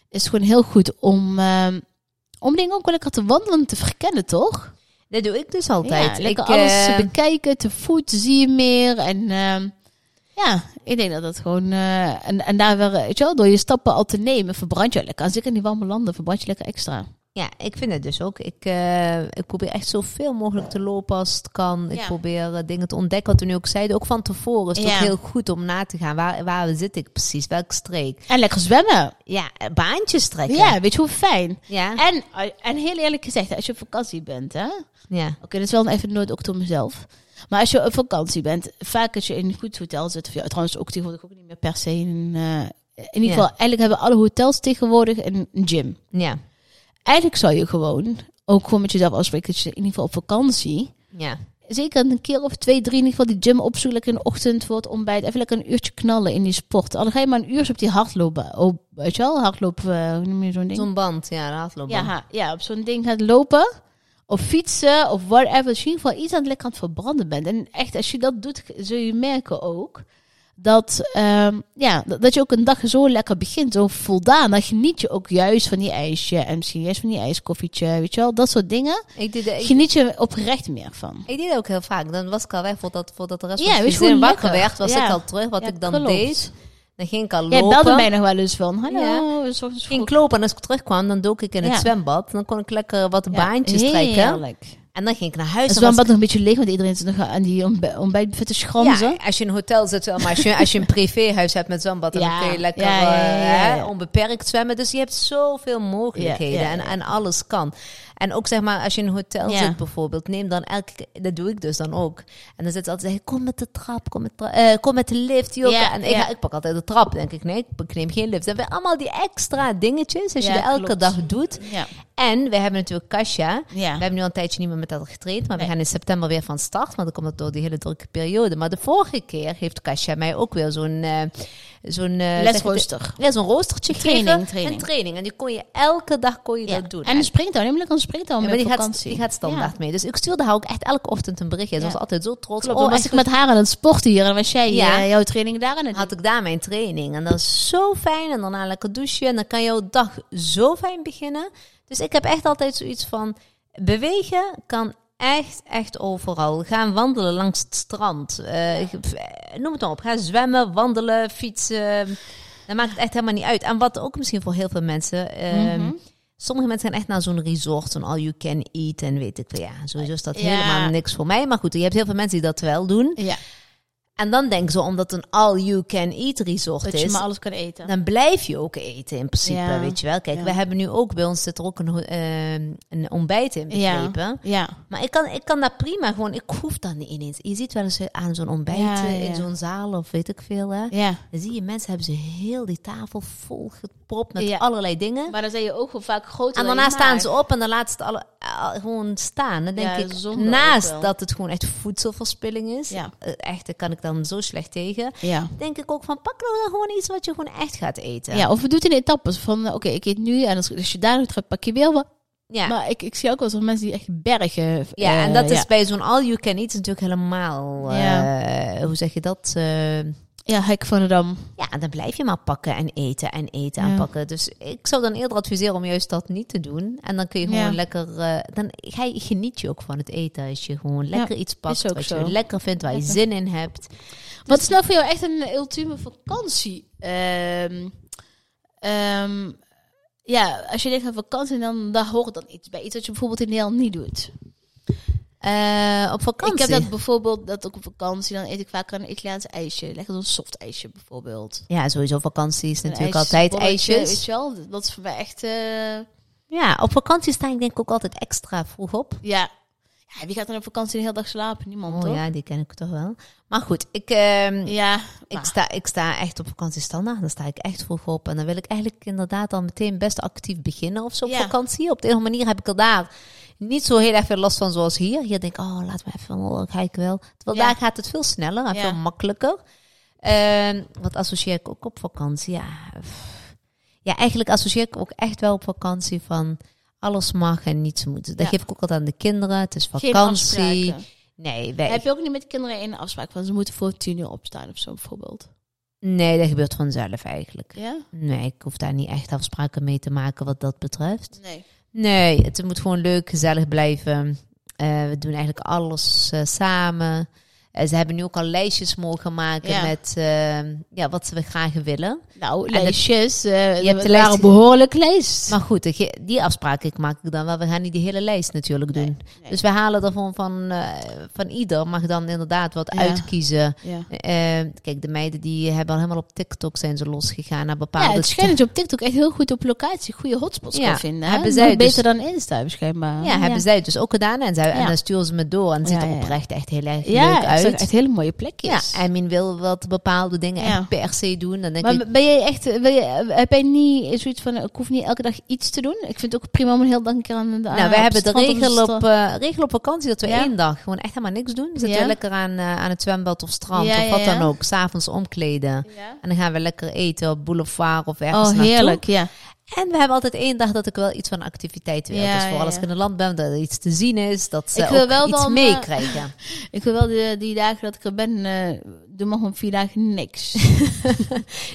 Speaker 1: is het gewoon heel goed om, ehm, om dingen ook wel lekker te wandelen en te verkennen, toch?
Speaker 2: Dat doe ik dus altijd.
Speaker 1: Ja, lekker
Speaker 2: ik,
Speaker 1: alles
Speaker 2: eh,
Speaker 1: te bekijken, te voet zie je meer. En ehm, ja, ik denk dat dat gewoon... eh, en, en daar weer, weet je wel, door je stappen al te nemen, verbrand je lekker. Zeker in die warme landen verbrand je lekker extra.
Speaker 2: Ja, ik vind het dus ook. Ik, eh, ik probeer echt zoveel mogelijk te lopen als het kan. Ik
Speaker 1: Ja.
Speaker 2: probeer eh, dingen te ontdekken, wat we nu ook zeiden. Ook van tevoren is het
Speaker 1: Ja.
Speaker 2: ook heel goed om na te gaan. Waar, waar zit ik precies? Welke streek?
Speaker 1: En lekker zwemmen.
Speaker 2: Ja, eh, baantjes trekken.
Speaker 1: Ja, weet je hoe fijn.
Speaker 2: Ja.
Speaker 1: En, eh, en heel eerlijk gezegd, als je op vakantie bent, hè,
Speaker 2: ja.
Speaker 1: Oké, dat is wel even nooit ook door mezelf. Maar als je op vakantie bent, vaak als je in een goed hotel zit, of ja, trouwens ook tegenwoordig ook niet meer per se. In, eh, in ieder
Speaker 2: Ja.
Speaker 1: geval, eigenlijk hebben alle hotels tegenwoordig een gym.
Speaker 2: Ja.
Speaker 1: Eigenlijk zou je gewoon, ook gewoon met jezelf afspreken, dat je in ieder geval op vakantie,
Speaker 2: Ja.
Speaker 1: zeker een keer of twee, drie in ieder geval die gym opzoeken, lekker in de ochtend voor het ontbijt, even lekker een uurtje knallen in die sport. Al ga je maar een uur op die hardlopen, op, weet je wel, hardloop, eh, hoe noem je zo'n ding?
Speaker 2: Zo'n band, ja, de hardloopband.
Speaker 1: Ja, ha- ja, op zo'n ding gaat lopen. Of fietsen, of whatever. Dus in ieder geval iets aan het lekker aan het verbranden bent. En echt, als je dat doet, zul je merken ook... Dat, ehm, ja, dat, dat je ook een dag zo lekker begint, zo voldaan. Dan geniet je ook juist van die ijsje. En misschien juist van die ijskoffietje, weet je wel. Dat soort dingen.
Speaker 2: Ik deed dat- ik-
Speaker 1: Geniet je oprecht meer van.
Speaker 2: Ik deed dat ook heel vaak. Dan was ik al weg voordat, voordat de rest
Speaker 1: Ja,
Speaker 2: van de
Speaker 1: weet je
Speaker 2: gezin
Speaker 1: hoe
Speaker 2: wakker
Speaker 1: lekker?
Speaker 2: werd. Was
Speaker 1: Ja.
Speaker 2: ik al terug. Wat
Speaker 1: Ja,
Speaker 2: ik dan
Speaker 1: klopt.
Speaker 2: deed, dan ging ik al
Speaker 1: Jij
Speaker 2: lopen.
Speaker 1: belde mij nog wel eens van, hallo,
Speaker 2: Ja.
Speaker 1: s ochtends
Speaker 2: ging ik
Speaker 1: vroeg.
Speaker 2: lopen en als ik terugkwam, dan dook ik in
Speaker 1: Ja.
Speaker 2: het zwembad. Dan kon ik lekker wat
Speaker 1: Ja,
Speaker 2: baantjes trekken.
Speaker 1: Heerlijk.
Speaker 2: En dan ging ik naar huis.
Speaker 1: Het
Speaker 2: en was
Speaker 1: zwembad nog een beetje leeg, want iedereen is nog aan die ontbij- ontbijtbuffet te schranzen.
Speaker 2: Ja, als je in een hotel zit wel, maar als je,
Speaker 1: (laughs)
Speaker 2: als je een privéhuis hebt met zwembad, dan
Speaker 1: Ja,
Speaker 2: kun je lekker
Speaker 1: ja, ja, ja,
Speaker 2: eh, hè,
Speaker 1: ja.
Speaker 2: onbeperkt zwemmen. Dus je hebt zoveel mogelijkheden
Speaker 1: Ja, ja, ja.
Speaker 2: En, en alles kan. En ook zeg maar, als je in een hotel
Speaker 1: Ja.
Speaker 2: zit bijvoorbeeld, neem dan elke keer- dat doe ik dus dan ook. En dan zit ze altijd, hey, kom met de trap, kom met, tra- eh, kom met de lift, joh.
Speaker 1: Ja,
Speaker 2: en ik,
Speaker 1: ja.
Speaker 2: ik pak altijd de trap, denk ik, nee, ik neem geen lift. Dat zijn allemaal die extra dingetjes, als
Speaker 1: Ja,
Speaker 2: je dat elke
Speaker 1: klopt.
Speaker 2: dag doet.
Speaker 1: Ja.
Speaker 2: En we hebben natuurlijk Kasia.
Speaker 1: Ja.
Speaker 2: We hebben nu al een tijdje niet meer met haar getraind. Maar
Speaker 1: Nee.
Speaker 2: we gaan in september weer van start. Want dan komt het door die hele drukke periode. Maar de vorige keer heeft Kasia mij ook weer zo'n... eh, zo'n eh, zeg je het?
Speaker 1: Lesrooster.
Speaker 2: Ja, zo'n roostertje
Speaker 1: Training,
Speaker 2: gegeven.
Speaker 1: training.
Speaker 2: Een training. En die kon je elke dag kon je
Speaker 1: Ja.
Speaker 2: dat doen.
Speaker 1: En een springtouw, neem lekker een springtouw
Speaker 2: Ja,
Speaker 1: mee
Speaker 2: maar die
Speaker 1: op
Speaker 2: gaat,
Speaker 1: vakantie.
Speaker 2: die gaat standaard mee. Dus ik stuurde haar ook echt elke ochtend een berichtje. Ze
Speaker 1: Ja.
Speaker 2: was altijd zo trots.
Speaker 1: Klopt,
Speaker 2: oh,
Speaker 1: dan was
Speaker 2: echt
Speaker 1: ik met haar aan het sporten hier en was jij
Speaker 2: Ja.
Speaker 1: eh, jouw training daar aan het
Speaker 2: had ik daar mijn training. En dat is zo fijn. En daarna lekker douchen. En dan kan jouw dag zo fijn beginnen. Dus ik heb echt altijd zoiets van... Bewegen kan echt, echt overal. Gaan wandelen langs het strand. Eh, ik- eh, noem het maar op. Ga zwemmen, wandelen, fietsen. Dat maakt het echt helemaal niet uit. En wat ook misschien voor heel veel mensen... eh,
Speaker 1: Mhm.
Speaker 2: Sommige mensen gaan echt naar zo'n resort, zo'n all you can eat en weet ik veel. Ja, sowieso is dat
Speaker 1: Ja.
Speaker 2: helemaal niks voor mij. Maar goed, je hebt heel veel mensen die dat wel doen.
Speaker 1: doen. Ja,
Speaker 2: En dan denken ze, omdat het een all-you-can-eat resort
Speaker 1: dat je
Speaker 2: is, Nou.
Speaker 1: maar alles kan eten.
Speaker 2: dan blijf je ook eten in principe,
Speaker 1: Ja.
Speaker 2: weet je wel. Kijk,
Speaker 1: Ja.
Speaker 2: we hebben nu ook, bij ons zit er ook een, ho- ehm, een ontbijt in
Speaker 1: ja.
Speaker 2: begrepen.
Speaker 1: ja.
Speaker 2: Maar ik kan, ik kan dat prima, gewoon, ik hoef dat niet ineens. Je ziet wel eens aan zo'n ontbijt
Speaker 1: Ja,
Speaker 2: eh,
Speaker 1: ja.
Speaker 2: in zo'n zaal of weet ik veel. Hè.
Speaker 1: Ja.
Speaker 2: Dan zie je mensen hebben ze heel die tafel vol gepropt met
Speaker 1: Ja.
Speaker 2: allerlei dingen.
Speaker 1: Maar dan zijn je ogen vaak groter
Speaker 2: En daarna staan ze op en dan laten ze het alle, al- gewoon staan. Dan denk
Speaker 1: Ja,
Speaker 2: ik,
Speaker 1: zonde ook
Speaker 2: naast
Speaker 1: wel.
Speaker 2: dat het gewoon echt voedselverspilling is,
Speaker 1: Ja.
Speaker 2: eh, echt, daar kan ik dan zo slecht tegen.
Speaker 1: Ja.
Speaker 2: Denk ik ook van, pak nou dan gewoon iets wat je gewoon echt gaat eten.
Speaker 1: Ja, of we doen het in etappes. Van, eh, oké, ik eet nu en als, als je daar doet, gaat, pak je wel wat.
Speaker 2: Ja.
Speaker 1: Maar ik, ik zie ook wel eens mensen die echt bergen...
Speaker 2: Ja,
Speaker 1: eh,
Speaker 2: en dat is
Speaker 1: ja.
Speaker 2: bij zo'n all you can eat natuurlijk helemaal, eh, hoe zeg je dat? eh,
Speaker 1: Ja, Hek van de Dam.
Speaker 2: ja, en dan blijf je maar pakken en eten en eten en
Speaker 1: Ja.
Speaker 2: pakken. Dus ik zou dan eerder adviseren om juist dat niet te doen. En dan kun je gewoon
Speaker 1: Ja.
Speaker 2: lekker, eh, dan ga je, geniet je ook van het eten. Als je gewoon lekker iets pakt
Speaker 1: ook
Speaker 2: wat
Speaker 1: zo.
Speaker 2: je lekker vindt, waar je
Speaker 1: Lekker.
Speaker 2: zin in hebt.
Speaker 1: Wat is nou voor jou echt een ultieme vakantie? Ehm, ehm, ja, als je denkt aan vakantie, dan daar hoort dan iets bij. Iets wat je bijvoorbeeld in Nederland niet doet. Ehm,
Speaker 2: Eh, op vakantie.
Speaker 1: Ik heb dat bijvoorbeeld, dat ook op vakantie, dan eet ik vaak een Italiaans ijsje. Lekker zo'n soft ijsje bijvoorbeeld.
Speaker 2: Ja, sowieso vakantie is
Speaker 1: Een
Speaker 2: natuurlijk
Speaker 1: ijs-
Speaker 2: altijd
Speaker 1: bolletje, Weet
Speaker 2: ijsjes.
Speaker 1: je wel, dat is voor mij echt... eh,
Speaker 2: Ja, op vakantie sta ik denk ik ook altijd extra vroeg op.
Speaker 1: ja. Ja, wie gaat dan op vakantie de hele dag slapen? Niemand,
Speaker 2: Oh
Speaker 1: toch?
Speaker 2: ja, die ken ik toch wel. Maar goed, ik, ehm,
Speaker 1: Ja,
Speaker 2: ik,
Speaker 1: maar-
Speaker 2: sta, ik sta echt op vakantie standaard. Dan sta ik echt vroeg op. En dan wil ik eigenlijk inderdaad al meteen best actief beginnen of zo op
Speaker 1: Ja.
Speaker 2: vakantie. Op de ene manier heb ik er daar niet zo heel erg veel last van zoals hier. Hier denk ik, oh, laat me even, oh, dan ga ik wel. Terwijl
Speaker 1: Ja.
Speaker 2: daar gaat het veel sneller en
Speaker 1: Ja.
Speaker 2: veel makkelijker. Ehm, wat associeer ik ook op vakantie? Ja, pff. ja, eigenlijk associeer ik ook echt wel op vakantie van... Alles mag en niets moet. Dat
Speaker 1: Ja.
Speaker 2: geef ik ook altijd aan de kinderen. Het is
Speaker 1: Geen
Speaker 2: vakantie.
Speaker 1: afspraken.
Speaker 2: Nee, wij,
Speaker 1: Heb je ook niet met kinderen één afspraak van ze moeten voor tien uur opstaan of zo bijvoorbeeld?
Speaker 2: nee, dat gebeurt vanzelf eigenlijk.
Speaker 1: Ja?
Speaker 2: Nee, ik hoef daar niet echt afspraken mee te maken wat dat betreft.
Speaker 1: Nee.
Speaker 2: Nee, het moet gewoon leuk, gezellig blijven. Eh, we doen eigenlijk alles eh, samen. Eh, ze hebben nu ook al lijstjes mogen maken
Speaker 1: Ja.
Speaker 2: met eh, ja, wat ze graag willen.
Speaker 1: Nou,
Speaker 2: dat-
Speaker 1: lijstjes. eh
Speaker 2: Je
Speaker 1: je
Speaker 2: hebt
Speaker 1: hebt daar
Speaker 2: de lijst-
Speaker 1: een behoorlijk lijst.
Speaker 2: Maar goed, de ge- die afspraak ik maak ik dan wel. We gaan niet die hele lijst natuurlijk doen.
Speaker 1: Nee, nee.
Speaker 2: Dus we halen er gewoon van, eh, van ieder. Mag dan inderdaad wat
Speaker 1: Ja.
Speaker 2: uitkiezen.
Speaker 1: ja.
Speaker 2: Eh, kijk, de meiden die hebben al helemaal op TikTok zijn ze losgegaan
Speaker 1: Ja,
Speaker 2: naar bepaalde
Speaker 1: het schijnt dat je op TikTok echt heel goed op locatie goede hotspots
Speaker 2: Ja,
Speaker 1: kan vinden. Hè?
Speaker 2: hebben
Speaker 1: Nog
Speaker 2: zij dus-
Speaker 1: beter dan Insta, schijnbaar.
Speaker 2: Ja, hebben zij het dus ook gedaan. En, zij, en
Speaker 1: Ja.
Speaker 2: dan sturen ze me door. En het ziet
Speaker 1: Ja,
Speaker 2: er
Speaker 1: ja, ja.
Speaker 2: oprecht echt heel erg
Speaker 1: ja,
Speaker 2: dus leuk
Speaker 1: het zijn
Speaker 2: uit.
Speaker 1: echt hele mooie
Speaker 2: ja,
Speaker 1: plekjes.
Speaker 2: I mean, wil wat bepaalde dingen
Speaker 1: Ja.
Speaker 2: echt per se doen. Dan denk
Speaker 1: maar
Speaker 2: ik,
Speaker 1: ben je echt, ben je, heb jij niet zoiets van, ik hoef niet elke dag iets te doen? Ik vind het ook prima om een heel dag een keer aan de
Speaker 2: nou, wij hebben de regel op, eh, regel op vakantie dat we
Speaker 1: Ja.
Speaker 2: één dag gewoon echt helemaal niks doen. Zitten
Speaker 1: Ja.
Speaker 2: we lekker aan, eh, aan het zwembad of strand
Speaker 1: Ja,
Speaker 2: of wat
Speaker 1: ja, ja.
Speaker 2: dan ook. S'avonds omkleden.
Speaker 1: Ja.
Speaker 2: En dan gaan we lekker eten op boulevard of ergens
Speaker 1: Oh,
Speaker 2: naartoe.
Speaker 1: heerlijk, ja.
Speaker 2: En we hebben altijd één dag dat ik wel iets van activiteit wil.
Speaker 1: Ja,
Speaker 2: dus vooral
Speaker 1: ja,
Speaker 2: als ik
Speaker 1: ja.
Speaker 2: in een land ben, dat er iets te zien is. Dat ze
Speaker 1: Ik wil
Speaker 2: ook
Speaker 1: wel
Speaker 2: iets
Speaker 1: dan, eh,
Speaker 2: meekrijgen.
Speaker 1: Ik wil wel de, die dagen dat ik er ben, eh doe maar gewoon vier dagen
Speaker 2: (laughs)
Speaker 1: niks.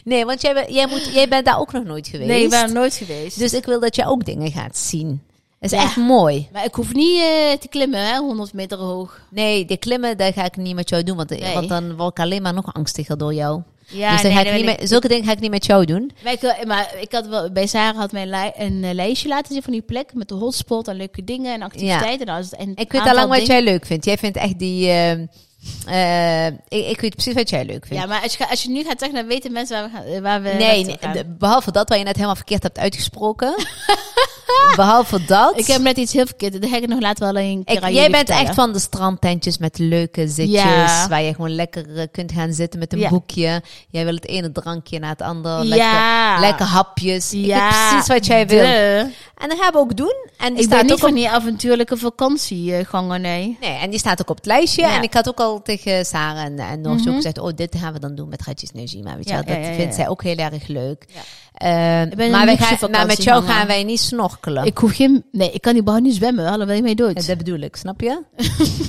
Speaker 2: Nee, want jij, ben- jij, moet, jij bent daar ook nog nooit geweest.
Speaker 1: Nee, ik ben er nooit geweest.
Speaker 2: Dus ik wil dat je ook dingen gaat zien. Dat is
Speaker 1: Ja.
Speaker 2: echt mooi.
Speaker 1: maar ik hoef niet eh, te klimmen, hè, 100 meter hoog.
Speaker 2: Nee, de klimmen, dat ga ik niet met jou doen. Want,
Speaker 1: Nee.
Speaker 2: want dan word ik alleen maar nog angstiger door jou.
Speaker 1: Ja,
Speaker 2: dus dan ga ik niet met, zulke dingen ga ik niet met jou doen.
Speaker 1: Maar ik, maar ik had wel, bij Sarah had mij li- een eh, lijstje laten zien van die plekken met de hotspot en leuke dingen en activiteiten. Nou, is het een
Speaker 2: Ik weet al
Speaker 1: aantal
Speaker 2: lang wat
Speaker 1: dingen-
Speaker 2: jij leuk vindt. Jij vindt echt die... eh, eh, ik, ik weet precies wat jij leuk vindt.
Speaker 1: Ja, maar als je, ga- als je nu gaat zeggen, dan weten mensen waar we, gaan, eh, waar we
Speaker 2: nee,
Speaker 1: naartoe
Speaker 2: nee,
Speaker 1: gaan.
Speaker 2: de- behalve dat wat je net helemaal verkeerd hebt (laughs) uitgesproken. behalve dat...
Speaker 1: Ik heb net iets heel verkeerd. Dat ga ik nog later wel een keer
Speaker 2: Ik-
Speaker 1: aan
Speaker 2: jij
Speaker 1: jullie
Speaker 2: bent
Speaker 1: vertellen.
Speaker 2: echt van de strandtentjes met leuke zitjes.
Speaker 1: Ja.
Speaker 2: Waar je gewoon lekker eh, kunt gaan zitten met een
Speaker 1: Ja.
Speaker 2: boekje. Jij wil het ene drankje na het andere.
Speaker 1: Ja.
Speaker 2: Lekker, lekker hapjes. Ik
Speaker 1: Ja,
Speaker 2: weet precies wat jij wil.
Speaker 1: de-
Speaker 2: En dat gaan we ook doen. En die
Speaker 1: Ik ben
Speaker 2: staat
Speaker 1: niet
Speaker 2: ook
Speaker 1: van
Speaker 2: op,
Speaker 1: die avontuurlijke vakantiegangen, nee.
Speaker 2: nee, en die staat ook op het lijstje.
Speaker 1: Ja. Mhm.
Speaker 2: En ik had ook al tegen Sarah en, en Noortje ook gezegd... Oh, dit gaan we dan doen met Ratjes Neuzima. Weet je
Speaker 1: Ja,
Speaker 2: wel, dat
Speaker 1: ja, ja,
Speaker 2: vindt
Speaker 1: ja.
Speaker 2: zij ook heel erg leuk.
Speaker 1: Ja.
Speaker 2: Eh,
Speaker 1: Ik ben een
Speaker 2: maar, wij
Speaker 1: luxe
Speaker 2: gaan, maar met jou
Speaker 1: vakantieganger.
Speaker 2: gaan wij niet snorkelen.
Speaker 1: Ik hoef geen... Nee, ik kan die überhaupt niet zwemmen. Hallo, ben je mee dood?
Speaker 2: Ja, dat bedoel ik,
Speaker 1: (laughs)
Speaker 2: snap je?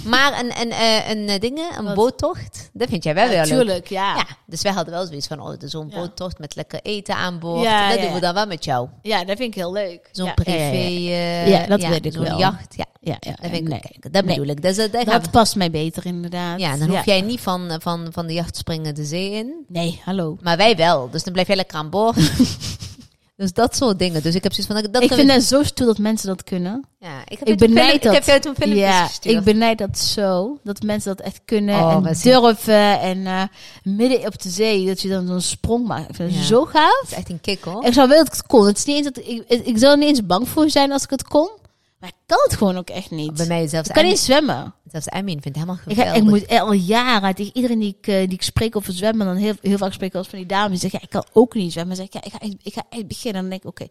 Speaker 2: maar een, een, eh, een, eh, dingen, een
Speaker 1: Wat?
Speaker 2: boottocht, dat vind jij wel weer leuk.
Speaker 1: Natuurlijk, ja.
Speaker 2: Ja,
Speaker 1: ja.
Speaker 2: dus wij hadden wel zoiets van, oh, zo'n
Speaker 1: Ja.
Speaker 2: boottocht met lekker eten aan boord.
Speaker 1: Ja,
Speaker 2: dat
Speaker 1: ja,
Speaker 2: doen we
Speaker 1: ja.
Speaker 2: dan wel met jou.
Speaker 1: dat vind ik heel leuk.
Speaker 2: Zo'n
Speaker 1: ja,
Speaker 2: privé...
Speaker 1: Ja, ja, ja.
Speaker 2: eh,
Speaker 1: Ja, dat weet ik
Speaker 2: zo'n
Speaker 1: wel.
Speaker 2: jacht, ja.
Speaker 1: Ja, ja,
Speaker 2: Dat, vind ik
Speaker 1: nee.
Speaker 2: ook leuk. dat
Speaker 1: Nee.
Speaker 2: bedoel ik. Dus, eh, daar gaan
Speaker 1: Dat
Speaker 2: we-
Speaker 1: past mij beter, inderdaad.
Speaker 2: ja, dan hoef jij niet van, eh, van, van de jacht springen de zee in.
Speaker 1: Nee, hallo.
Speaker 2: Maar wij wel, dus dan blijf jij lekker aan
Speaker 1: (laughs)
Speaker 2: boord. dus dat soort dingen. Dus ik heb zoiets van... Dat, dat
Speaker 1: ik
Speaker 2: kan-
Speaker 1: vind het zo stoer dat mensen dat kunnen.
Speaker 2: ja, ik
Speaker 1: Ik
Speaker 2: heb jou toen
Speaker 1: benijd
Speaker 2: film-
Speaker 1: dat.
Speaker 2: Ik heb jou toen filmpjes
Speaker 1: ja,
Speaker 2: gestuurd.
Speaker 1: ik benijd dat zo. Dat mensen dat echt kunnen
Speaker 2: Oh,
Speaker 1: en
Speaker 2: wij zijn-
Speaker 1: durven. En eh, midden op de zee, dat je dan zo'n sprong maakt. Ik vind het
Speaker 2: Ja.
Speaker 1: zo gaaf.
Speaker 2: Dat is echt een kick, hoor.
Speaker 1: Ik zou willen dat ik het kon. Het is niet eens dat ik, ik, ik zou er niet eens bang voor zijn als ik het kon. Maar ik kan het gewoon ook echt niet.
Speaker 2: Bij mij zelfs
Speaker 1: ik kan
Speaker 2: Emmy-
Speaker 1: niet zwemmen.
Speaker 2: Zelfs Emin vindt het helemaal
Speaker 1: Ik,
Speaker 2: geweldig.
Speaker 1: ga, ik moet al jaren tegen iedereen die ik, eh, die ik spreek over zwemmen, dan heel, heel vaak spreek ik als van die dames die zeggen, ja, ik kan ook niet zwemmen. Dan zeg ik, ja, ik ga, echt- ik ga echt beginnen. Dan denk ik, oké,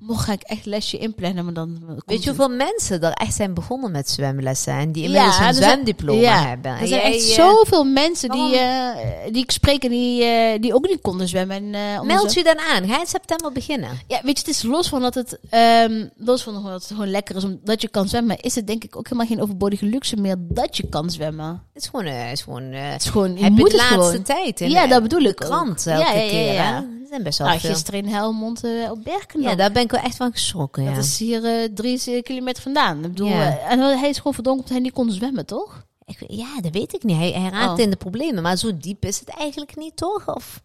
Speaker 1: morgen ga ik echt lesje inplannen, maar dan komt
Speaker 2: Weet je
Speaker 1: het.
Speaker 2: hoeveel mensen er echt zijn begonnen met zwemlessen en die inmiddels
Speaker 1: Ja,
Speaker 2: dus een
Speaker 1: er zijn-
Speaker 2: zwemdiploma
Speaker 1: ja,
Speaker 2: hebben? En
Speaker 1: Er zijn
Speaker 2: jij,
Speaker 1: echt
Speaker 2: eh,
Speaker 1: zoveel mensen die,
Speaker 2: waarom?
Speaker 1: eh, die ik spreek en die, eh, die ook niet konden zwemmen. En, eh, onder
Speaker 2: Meld je dan aan. Ga in september beginnen.
Speaker 1: Ja, weet je, het is los van dat het, ehm, los van gewoon dat het gewoon lekker is omdat je kan zwemmen, is het denk ik ook helemaal geen overbodige luxe meer dat je kan zwemmen.
Speaker 2: Het is gewoon... eh, is gewoon eh,
Speaker 1: Het is gewoon, je
Speaker 2: heb je
Speaker 1: moet
Speaker 2: de
Speaker 1: het
Speaker 2: laatste
Speaker 1: gewoon.
Speaker 2: tijd. In,
Speaker 1: Ja,
Speaker 2: eh,
Speaker 1: dat bedoel
Speaker 2: de
Speaker 1: ik ook.
Speaker 2: krant
Speaker 1: Ja,
Speaker 2: elke
Speaker 1: ja, ja,
Speaker 2: keer. hè.
Speaker 1: ja.
Speaker 2: Er zijn best wel
Speaker 1: Nou,
Speaker 2: veel.
Speaker 1: gisteren in Helmond eh, op Berkenop.
Speaker 2: Ja, daar ben ik wel echt van geschrokken, ja.
Speaker 1: Dat is hier eh, drie eh, kilometer vandaan. Ik bedoel,
Speaker 2: Ja.
Speaker 1: eh, en hij is gewoon verdronken omdat hij niet kon zwemmen, toch?
Speaker 2: Ik, ja, dat weet ik niet. Hij, hij raakt
Speaker 1: Oh.
Speaker 2: in de problemen, maar zo diep is het eigenlijk niet, toch? Of,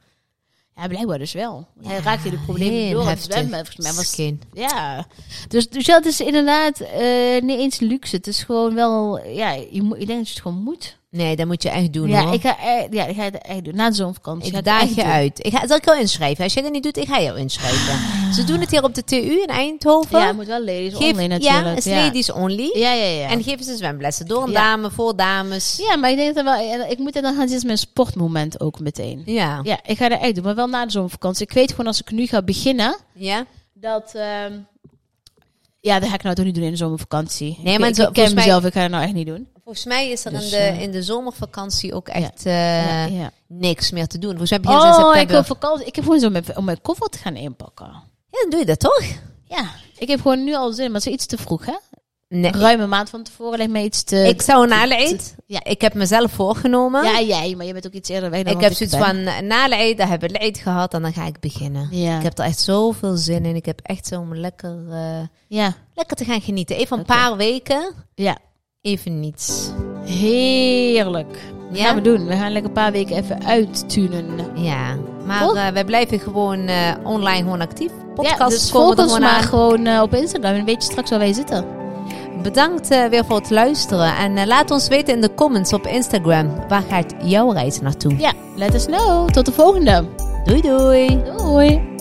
Speaker 1: Ja, blijkbaar dus wel. Hij
Speaker 2: Ja,
Speaker 1: raakte de problemen
Speaker 2: heel
Speaker 1: door het
Speaker 2: heftig.
Speaker 1: zwemmen. Volgens mij was
Speaker 2: Skin.
Speaker 1: Ja, dus, dus ja, het is inderdaad eh, niet eens luxe. Het is gewoon wel, ja, je, moet, ik denk dat je het gewoon moet.
Speaker 2: Nee, dat moet je echt doen
Speaker 1: ja,
Speaker 2: hoor.
Speaker 1: ik ga, echt- ja, ik ga het echt doen. Na de zomervakantie.
Speaker 2: Ik
Speaker 1: ga het
Speaker 2: daag
Speaker 1: echt
Speaker 2: je
Speaker 1: doen.
Speaker 2: uit. Ik ga, zal ik jou inschrijven? Als je dat niet doet, ik ga jou inschrijven. Ze doen het hier op de TU in Eindhoven.
Speaker 1: Ja, je moet wel ladies
Speaker 2: Geef-
Speaker 1: online natuurlijk.
Speaker 2: Ja, is ladies only.
Speaker 1: Ja, ja, ja.
Speaker 2: En geven ze zwemlessen door een
Speaker 1: Ja.
Speaker 2: dame, voor dames.
Speaker 1: ja, maar ik denk dat wel... Ik moet er dan gaan zitten met een sportmoment ook meteen.
Speaker 2: Ja.
Speaker 1: Ja, ik ga dat echt doen. Maar wel na de zomervakantie. Ik weet gewoon als ik nu ga beginnen...
Speaker 2: ja.
Speaker 1: dat. ehm, ja, dat ga ik nou toch niet doen in de zomervakantie.
Speaker 2: Nee,
Speaker 1: Ik-
Speaker 2: maar
Speaker 1: ik,
Speaker 2: zo-
Speaker 1: ik ken
Speaker 2: volgens mij-
Speaker 1: mezelf, ik ga dat nou echt niet doen.
Speaker 2: Volgens mij is er
Speaker 1: Dus,
Speaker 2: in, de,
Speaker 1: eh,
Speaker 2: in de zomervakantie ook
Speaker 1: ja.
Speaker 2: echt eh,
Speaker 1: Ja, ja.
Speaker 2: niks meer te doen. Volgens mij begin ze in
Speaker 1: Oh, ik
Speaker 2: september.
Speaker 1: heb vakantie. Ik heb gewoon zo mijn, om mijn koffer te gaan inpakken.
Speaker 2: Ja, dan doe je dat toch?
Speaker 1: Ja, ik heb gewoon nu al zin, maar het is iets te vroeg, hè?
Speaker 2: Nee.
Speaker 1: Ruim een maand van tevoren lijkt me iets te...
Speaker 2: Ik zou een naleid.
Speaker 1: Ja.
Speaker 2: Ik heb mezelf voorgenomen.
Speaker 1: ja, jij, maar je bent ook iets eerder weg dan
Speaker 2: ik
Speaker 1: wat
Speaker 2: heb zoiets
Speaker 1: ben.
Speaker 2: van eh, na de eet, dan hebben we de eet gehad en dan ga ik beginnen.
Speaker 1: Ja.
Speaker 2: Ik heb er echt zoveel zin in. Ik heb echt zo om lekker, eh,
Speaker 1: Ja,
Speaker 2: lekker te gaan genieten. Even een
Speaker 1: Oké.
Speaker 2: paar weken,
Speaker 1: ja.
Speaker 2: even niets.
Speaker 1: Heerlijk. Dat
Speaker 2: Ja?
Speaker 1: gaan we doen. We gaan lekker een paar weken even uittunen.
Speaker 2: Ja, maar
Speaker 1: Volg-
Speaker 2: eh, wij blijven gewoon eh, online gewoon actief. Podcasts
Speaker 1: ja, dus
Speaker 2: komen
Speaker 1: volg
Speaker 2: er
Speaker 1: ons
Speaker 2: gewoon
Speaker 1: maar
Speaker 2: aan.
Speaker 1: gewoon eh, op Instagram en weet je straks waar wij zitten.
Speaker 2: Bedankt eh, weer voor het luisteren. En eh, laat ons weten in de comments op Instagram. Waar gaat jouw reis naartoe?
Speaker 1: Ja, let us know. Tot de volgende.
Speaker 2: Doei doei!
Speaker 1: Doei.